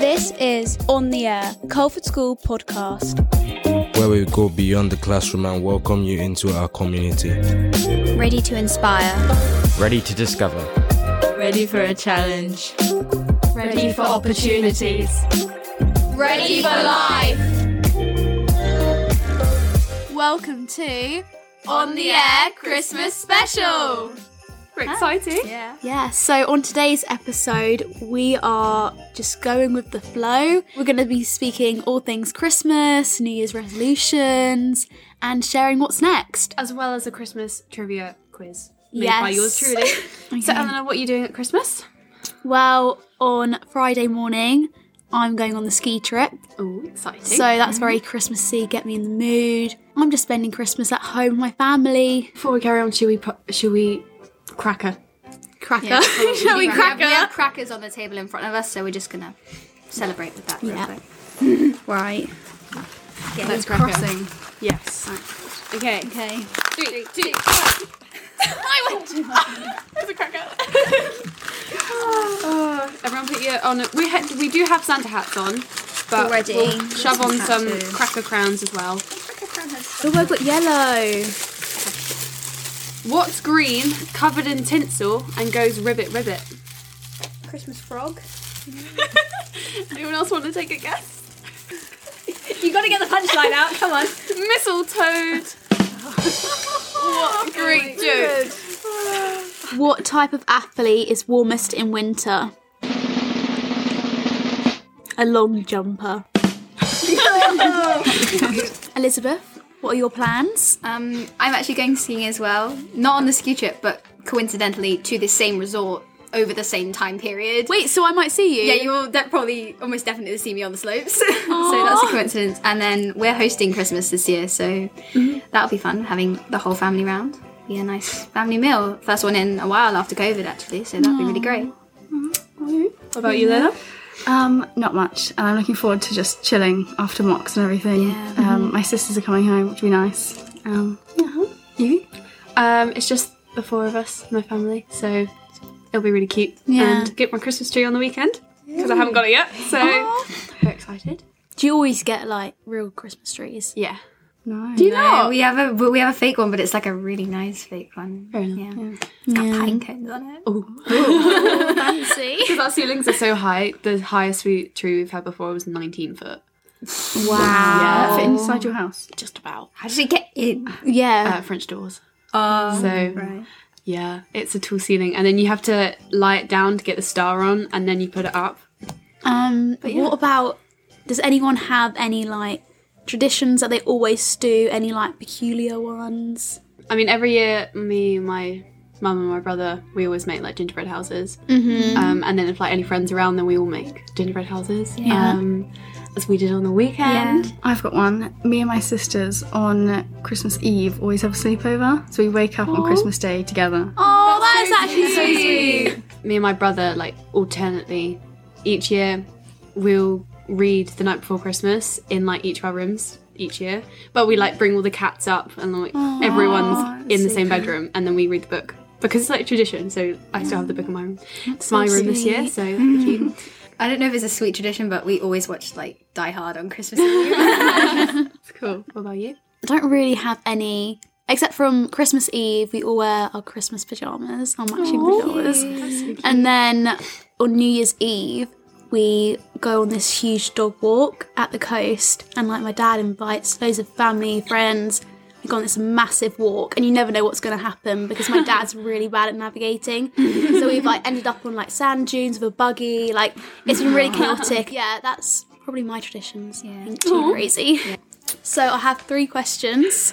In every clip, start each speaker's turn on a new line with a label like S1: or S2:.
S1: This is On the Air, Colford School podcast,
S2: where we go beyond the classroom and welcome you into our community.
S1: ready to inspire,
S3: Ready to discover.
S4: Ready for a challenge. Ready for opportunities.
S1: ready for life. Welcome to On the Air Christmas Special.
S4: We're excited.
S5: Yeah, so on today's episode, we are just going with the flow. We're going to be speaking all things Christmas, New Year's resolutions, and sharing what's next.
S4: As well as a Christmas trivia quiz made
S5: Yes.
S4: by yours truly. So, um, Eleanor, what are you doing at Christmas?
S5: Well, on Friday morning, I'm going on the ski trip.
S4: Oh, exciting.
S5: So that's very Christmassy, get me in the mood. I'm just spending Christmas at home with my family.
S4: before we carry on, should we pu- should we cracker?
S5: Cracker. Shall we
S6: We
S5: cracker?
S6: have crackers on the table in front of us, so we're just gonna celebrate with that.
S5: Yeah.
S6: Yeah,
S5: Right.
S6: let's crossing.
S4: Yes. Okay.
S5: Okay.
S6: Three, two, one.
S4: Oh, everyone, put your on. We ha- we do have Santa hats on, but
S6: Already.
S4: we'll shove on some
S6: Hats too.
S4: cracker crowns as well.
S5: Oh, I've got yellow.
S4: What's green, covered in tinsel, and goes ribbit ribbit?
S6: Christmas frog.
S4: Anyone else want to take a guess?
S6: You gotta get the punchline out. Come on.
S4: Mistletoe. what a
S6: Oh,
S4: great joke!
S5: What type of athlete is warmest in winter? A long jumper. Elizabeth, what are your plans?
S6: Um, I'm actually going skiing as well. Not on the ski trip, but coincidentally to the same resort over the same time period.
S5: Wait, so I might see you?
S6: Yeah, you'll de- probably almost definitely see me on the slopes. so that's a coincidence. And then we're hosting Christmas this year, so
S5: Mm-hmm.
S6: that'll be fun having the whole family round. Be a nice family meal. First one in a while after COVID, actually, so that'd be really great.
S4: What about you, Lena?
S7: Um, not much, and I'm looking forward to just chilling after mocks and everything. Um, my sisters are coming home, which will be nice. Um, yeah, you?
S4: Um, it's just the four of us, my family, so it'll be really cute.
S5: Yeah.
S4: And get my Christmas tree on the weekend because I haven't got it yet. So very excited.
S5: Do you always get like real Christmas trees?
S4: Yeah.
S7: No.
S4: Do you
S6: No,
S4: know?
S6: we have a but we have a fake one, but it's like a really nice fake one.
S4: Fair enough.
S6: Yeah, it's got pine cones on it.
S5: Fancy.
S4: Because our ceilings are so high, the highest we, tree we've had before was 19 foot.
S7: Yeah, fit inside your house.
S4: Just about.
S6: How did it get in?
S5: yeah.
S4: Uh, French doors. Oh. So. Yeah, it's a tall ceiling, and then you have to lie it down to get the star on, and then you put it up.
S5: Um, What about? Does anyone have any like traditions that they always do? Any like peculiar ones?
S4: I mean, every year, me, my mum, and my brother, we always make like gingerbread houses. Mm-hmm. Um, and then if like any friends around, then we all make gingerbread houses.
S5: Yeah.
S4: Um, as we did on the weekend.
S7: I've got one. Me and my sisters on Christmas Eve always have a sleepover, so we wake up on Christmas Day together.
S5: Oh, that's, actually so sweet.
S4: Me and my brother, like alternately, each year, we'll read the night before Christmas in like each of our rooms each year. But we like bring all the cats up, and like everyone's in the same bedroom, and then we read the book. Because it's like tradition, so I still have the book in my room. it's my room this year, so cute.
S6: I don't know if it's a sweet tradition, but we always watch like Die Hard on Christmas Eve.
S4: Cool. What about you?
S5: I don't really have any, except from Christmas Eve, we all wear our Christmas pajamas, our matching pajamas. And then on New Year's Eve, we go on this huge dog walk at the coast, and like my dad invites loads of family, friends. We go on this massive walk, and you never know what's going to happen because my dad's really bad at navigating. so we've like ended up on like sand dunes with a buggy. Like it's been really chaotic. Yeah, that's probably my traditions. Yeah, too crazy. So I have three questions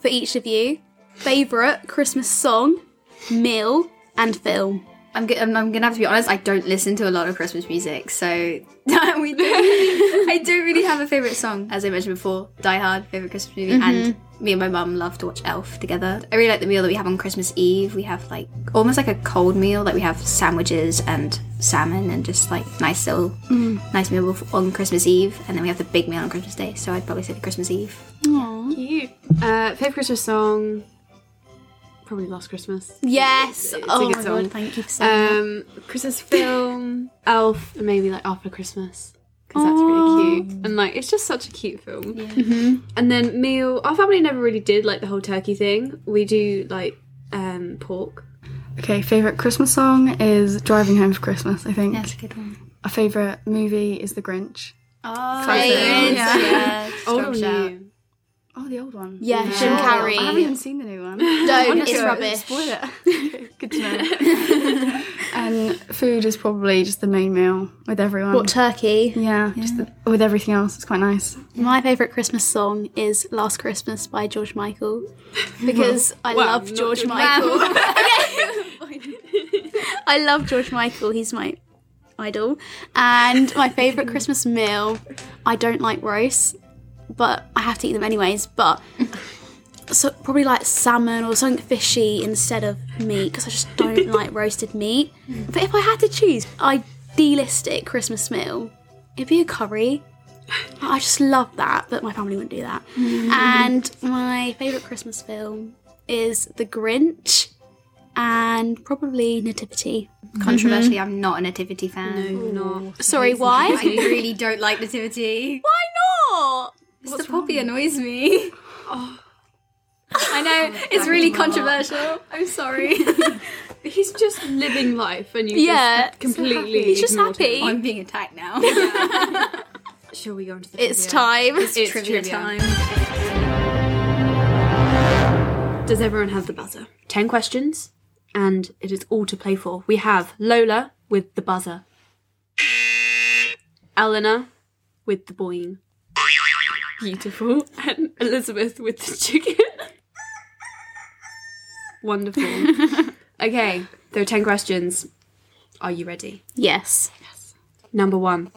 S5: for each of you: favorite Christmas song, meal, and film.
S6: I'm, go- I'm I'm gonna have to be honest. I don't listen to a lot of Christmas music, so we don't, I don't really have a favorite song. As I mentioned before, Die Hard favorite Christmas movie, and me and my mum love to watch Elf together. I really like the meal that we have on Christmas Eve. We have like almost like a cold meal. Like we have sandwiches and salmon and just like nice little nice meal bef- on Christmas Eve, and then we have the big meal on Christmas Day. So I'd probably say Christmas Eve.
S5: Aww.
S4: Cute. Uh, favorite Christmas song? Probably Last Christmas.
S5: Yes. oh
S4: good
S5: my
S4: song.
S5: god, thank you for saying that.
S4: Um, Christmas film, Elf, and maybe like After Christmas. Because that's really cute. And like, it's just such a cute film.
S5: Mm-hmm.
S4: And then meal, our family never really did like the whole turkey thing. We do like um, pork.
S7: Okay, favorite Christmas song is "Driving Home for Christmas." I think.
S6: That's a good one.
S7: A favorite movie is The Grinch.
S6: Oh,
S5: Favorite.
S6: yeah.
S4: Old or
S6: Strong shout.
S4: new?
S7: Oh, the old one.
S5: Yeah, Jim
S7: I haven't even
S5: Carrey.
S7: seen the new one.
S5: Don't.
S7: Honestly,
S5: It's rubbish.
S7: Spoil it. Good to know. and food is probably just the main meal with everyone.
S5: What turkey?
S7: yeah, just the, with everything else, it's quite nice.
S5: My favourite Christmas song is Last Christmas by George Michael because I love George, Michael. I love George Michael, he's my idol. And my favourite Christmas meal, I don't like roasts, but I have to eat them anyways. But so probably like salmon or something fishy instead of meat because I just don't like roasted meat. But if I had to choose idealistic Christmas meal, it'd be a curry. I just love that, but my family wouldn't do that. and my favourite Christmas film is The Grinch and probably Nativity.
S6: Mm-hmm. Controversially, I'm not a nativity fan.
S5: Sorry, why?
S6: I really don't like nativity.
S5: why not?
S6: It's the poppy annoys me. Oh. I know it's really controversial. I'm sorry.
S4: He's just living life and you
S5: Yeah,
S4: just completely.
S5: He's just
S4: ignored
S5: happy.
S4: him.
S6: I'm being attacked now.
S4: Shall we go into the
S5: It's time.
S4: it's trivia time? Does everyone have the buzzer? 10 questions and it is all to play for. We have Lola with the buzzer, Eleanor with the boing, beautiful, and Elizabeth with the chicken. Wonderful. Okay, there are 10 questions. Are you ready?
S5: yes.
S4: Number one.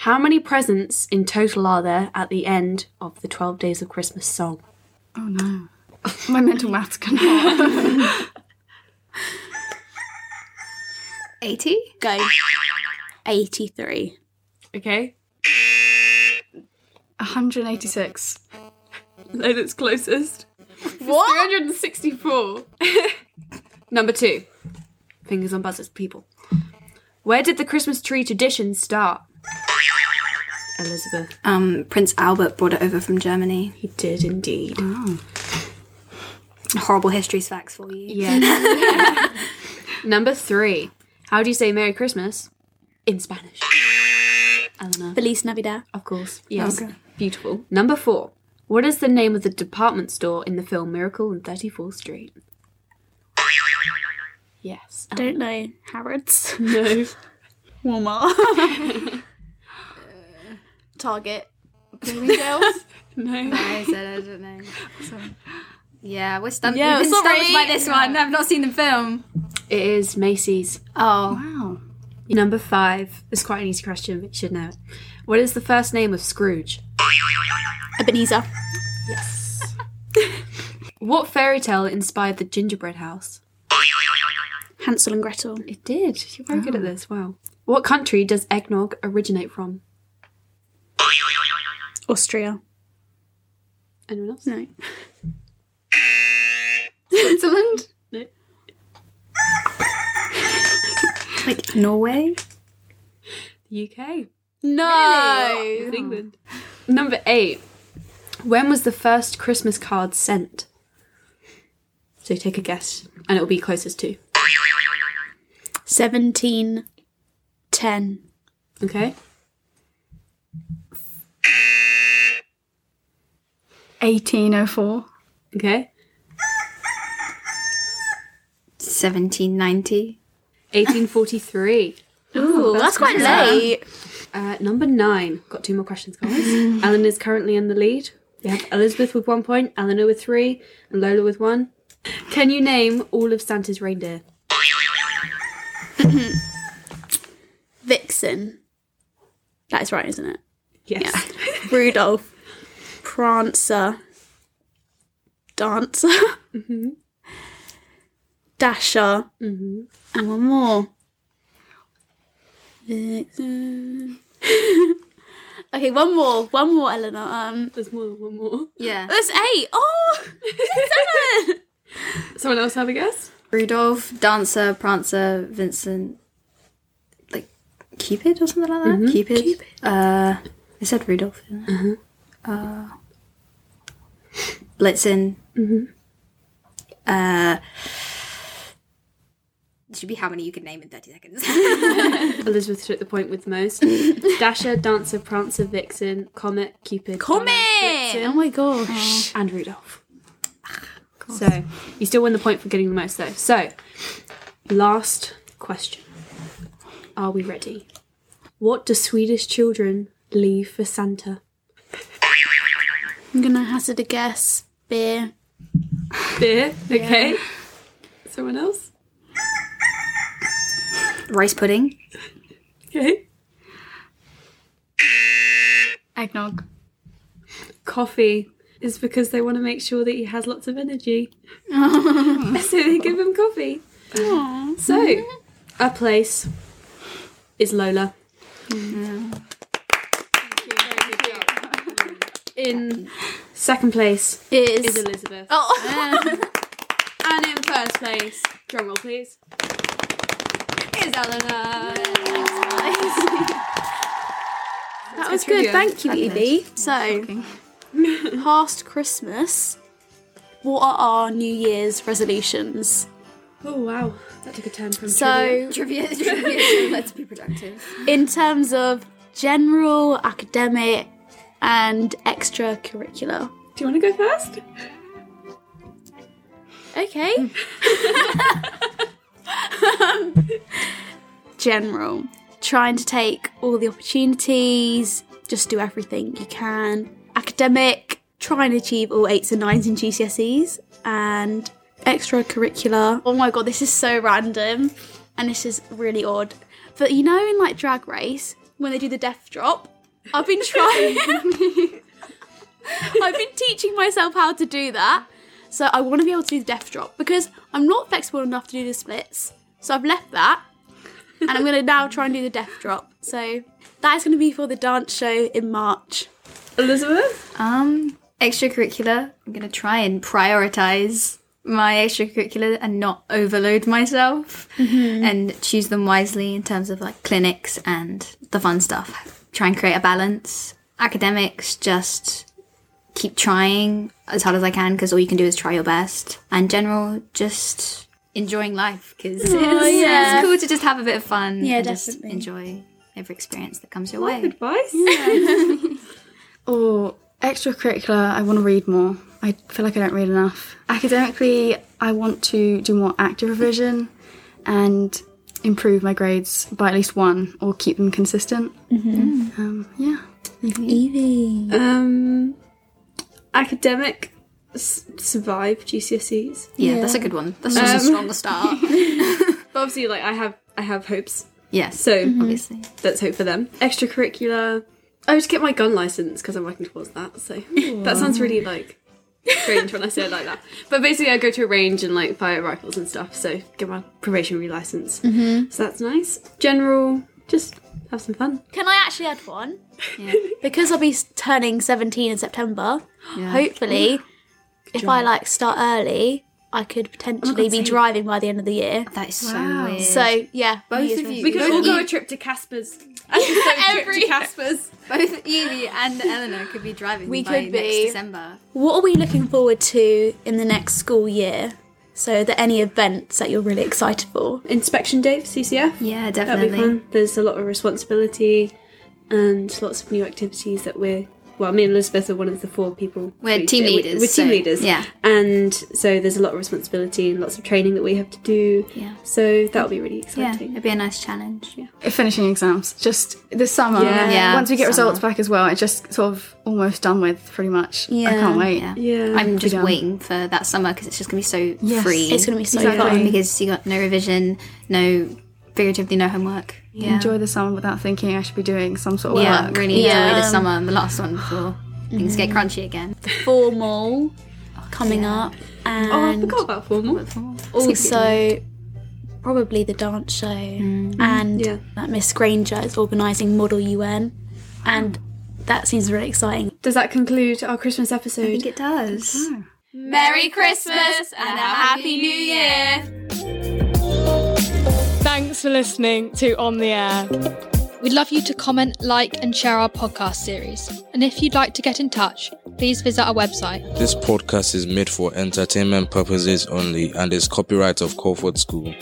S4: How many presents in total are there at the end of the 12 Days of Christmas song?
S7: Oh no, my mental maths cannot.
S6: 80?
S5: Go. 83.
S4: Okay,
S7: 186.
S4: Lola's closest.
S5: What?
S4: 364. Number two. Fingers on buzzers, people. Where did the Christmas tree tradition start? Elizabeth.
S6: Um, Prince Albert brought it over from Germany.
S4: He did indeed.
S6: Horrible histories facts for you.
S4: Yes. Number three. How do you say Merry Christmas in Spanish? Eleanor.
S5: Feliz Navidad.
S4: Of course. Yes. Beautiful. Number four. What is the name of the department store in the film Miracle on 34th Street? Yes.
S5: I don't know. Harrods.
S4: No.
S5: Walmart. Target. Bloomingdale's.
S4: No.
S6: I said I don't know. Yeah, we're stumped.
S5: Yeah,
S6: We've been
S5: sorry.
S6: stumped by this one. I've not seen the film.
S4: It is Macy's.
S6: Oh,
S7: Wow.
S4: Number five. It's quite an easy question, but you should know it. What is the first name of Scrooge?
S5: Ebenezer.
S4: Yes. what fairy tale inspired the gingerbread house?
S5: Hansel and Gretel.
S4: It did. You're very good at this. Wow. What country does eggnog originate from?
S5: Austria.
S4: Anyone else?
S5: No.
S7: Switzerland?
S6: like Norway.
S4: The UK.
S5: No.
S4: It's England. Number eight. When was the first Christmas card sent? So take a guess, and it'll be closest to.
S5: 17. 10.
S4: Okay.
S7: 1804.
S4: Okay.
S6: 1790.
S4: 1843.
S5: Ooh, that's quite late.
S4: Uh, number nine. Got two more questions, guys. Ellen is currently in the lead. We have Elizabeth with one point, Eleanor with three, and Lola with one. Can you name all of Santa's reindeer?
S5: Vixen. That is right, isn't it?
S4: Yes.
S5: Rudolph, Prancer, Dancer, Dasher, Mm-hmm. and one more. Vixen. Okay, one more, one more, Eleanor. Um,
S4: There's more than one more.
S6: Yeah.
S5: that's eight. Oh, seven.
S4: Someone else have a guess?
S6: Rudolph, Dancer, Prancer, Vincent, like Cupid or something like that. Cupid. Uh, I said Rudolph. Didn't I? Uh, Blitzen. Uh, it should be how many you could name in thirty seconds.
S4: Elizabeth took the point with the most. Dasher, Dancer, Prancer, Vixen, Comet, Cupid. Comet!
S5: oh my gosh.
S4: and Rudolph. So you still win the point for getting the most, though. So, last question: Are we ready? What do Swedish children leave for Santa?
S5: I'm gonna hazard a guess. Beer.
S4: Beer. Okay. Someone else.
S6: Rice pudding.
S4: Okay.
S7: Eggnog.
S4: Coffee is because they want to make sure that he has lots of energy, so they give him coffee. So, our place is Lola. In second place
S5: Is.
S4: is Elizabeth.
S5: oh.
S4: And in first place, drum roll please, is Eleanor.
S5: That was good. Thank you, Evie. So, past Christmas, what are our New Year's resolutions?
S4: Oh wow, that took a turn from
S5: So,
S6: Trivia. trivia. Let's be productive.
S5: in terms of general, academic, and extracurricular.
S4: do you want to go first?
S5: Okay. Um, general, trying to take all the opportunities, just do everything you can. Academic, try and achieve all eights and nines in GCSEs, and extracurricular. Oh my god, this is so random, and this is really odd. But you know, in like Drag Race, when they do the death drop, I've been trying. I've been teaching myself how to do that. So I want to be able to do the death drop because I'm not flexible enough to do the splits. So I've left that and I'm going to now try and do the death drop. So that is going to be for the dance show in March.
S4: Elizabeth.
S6: Um, extracurricular. I'm gonna try and prioritize my extracurricular and not overload myself,
S5: Mm-hmm.
S6: and choose them wisely in terms of like clinics and the fun stuff. Try and create a balance. Academics, just keep trying as hard as I can because all you can do is try your best. And general, just enjoying life because it's,
S5: Oh, yeah.
S6: it's cool to just have a bit of fun.
S5: Yeah,
S6: and just
S5: definitely.
S6: enjoy every experience that comes your
S4: Life
S6: way.
S4: advice.
S7: Or extracurricular, I want to read more. I feel like I don't read enough. Academically, I want to do more active revision and improve my grades by at least one or keep them consistent. Mm-hmm. Um, yeah.
S5: Evie.
S4: Um, academic s- survive GCSEs.
S6: Yeah, that's a good one. That's just
S5: Um,
S6: a stronger start.
S4: But obviously, like I have, I have hopes.
S6: yes.
S4: So
S6: obviously.
S4: let's hope for them. Extracurricular. I would get my gun license because I'm working towards that. So that sounds really like strange when I say it like that. But basically, I go to a range and like fire rifles and stuff. So get my probationary license. Mm-hmm. So that's nice. General, just have some fun.
S5: Can I actually add one? Because I'll be s- turning 17 in September, hopefully, if I like start early, I could potentially be driving by the end of the year.
S6: That is so weird.
S5: So, yeah. New Year's
S6: you,
S4: We could all go a trip to Casper's. I could go a trip to Casper's.
S6: both Evie and Eleanor could be driving.
S5: We
S6: by
S5: could
S6: next
S5: be.
S6: December.
S5: What are we looking forward to in the next school year? So, are there any events that you're really excited for?
S4: Inspection day for CCF.
S6: Yeah,
S4: That'll be
S6: definitely.
S4: fun. There's a lot of responsibility and lots of new activities that we're. Well, me and Elizabeth are one of the four people.
S6: We're
S4: we-
S6: team
S4: we-
S6: leaders,
S4: We're team
S6: so-
S4: leaders.
S6: yeah.
S4: And so there's a lot of responsibility and lots of training that we have to do.
S6: Yeah.
S4: So that'll be really
S6: Yeah,
S4: exciting.
S6: it'd be a nice challenge. Yeah.
S7: Finishing exams, just this summer.
S4: Yeah.
S6: Yeah,
S7: Once we get
S6: summer.
S7: results back as well, it's just sort of almost done with, pretty much. I can't wait.
S6: Yeah.
S4: Yeah.
S6: I'm just
S7: Yeah.
S6: waiting for that summer because it's just gonna be so
S7: Yes.
S6: free.
S5: It's going to be so
S7: Exactly.
S5: fun.
S6: because you got no revision, no figuratively no homework. Yeah.
S7: Enjoy the summer without thinking I should be doing some sort of
S6: yeah,
S7: work.
S6: really enjoy
S5: Yeah.
S6: the summer and the last one before things get crunchy again.
S5: Formal coming up,
S4: oh, I
S5: and
S4: forgot about formal.
S5: also probably the dance show. And
S4: Yeah.
S5: that Miss Granger is organising Model UN, and that seems really exciting.
S4: Does that conclude our Christmas episode?
S8: it does.
S6: Merry Christmas and a Happy New Year!
S7: Thanks for listening to On the Air.
S9: We'd love you to comment, like, and share our podcast series. And if you'd like to get in touch, please visit our website.
S2: This podcast is made for entertainment purposes only and is copyright of Crawford School.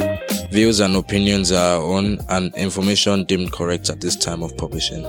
S2: Views and opinions are our own and information deemed correct at this time of publishing.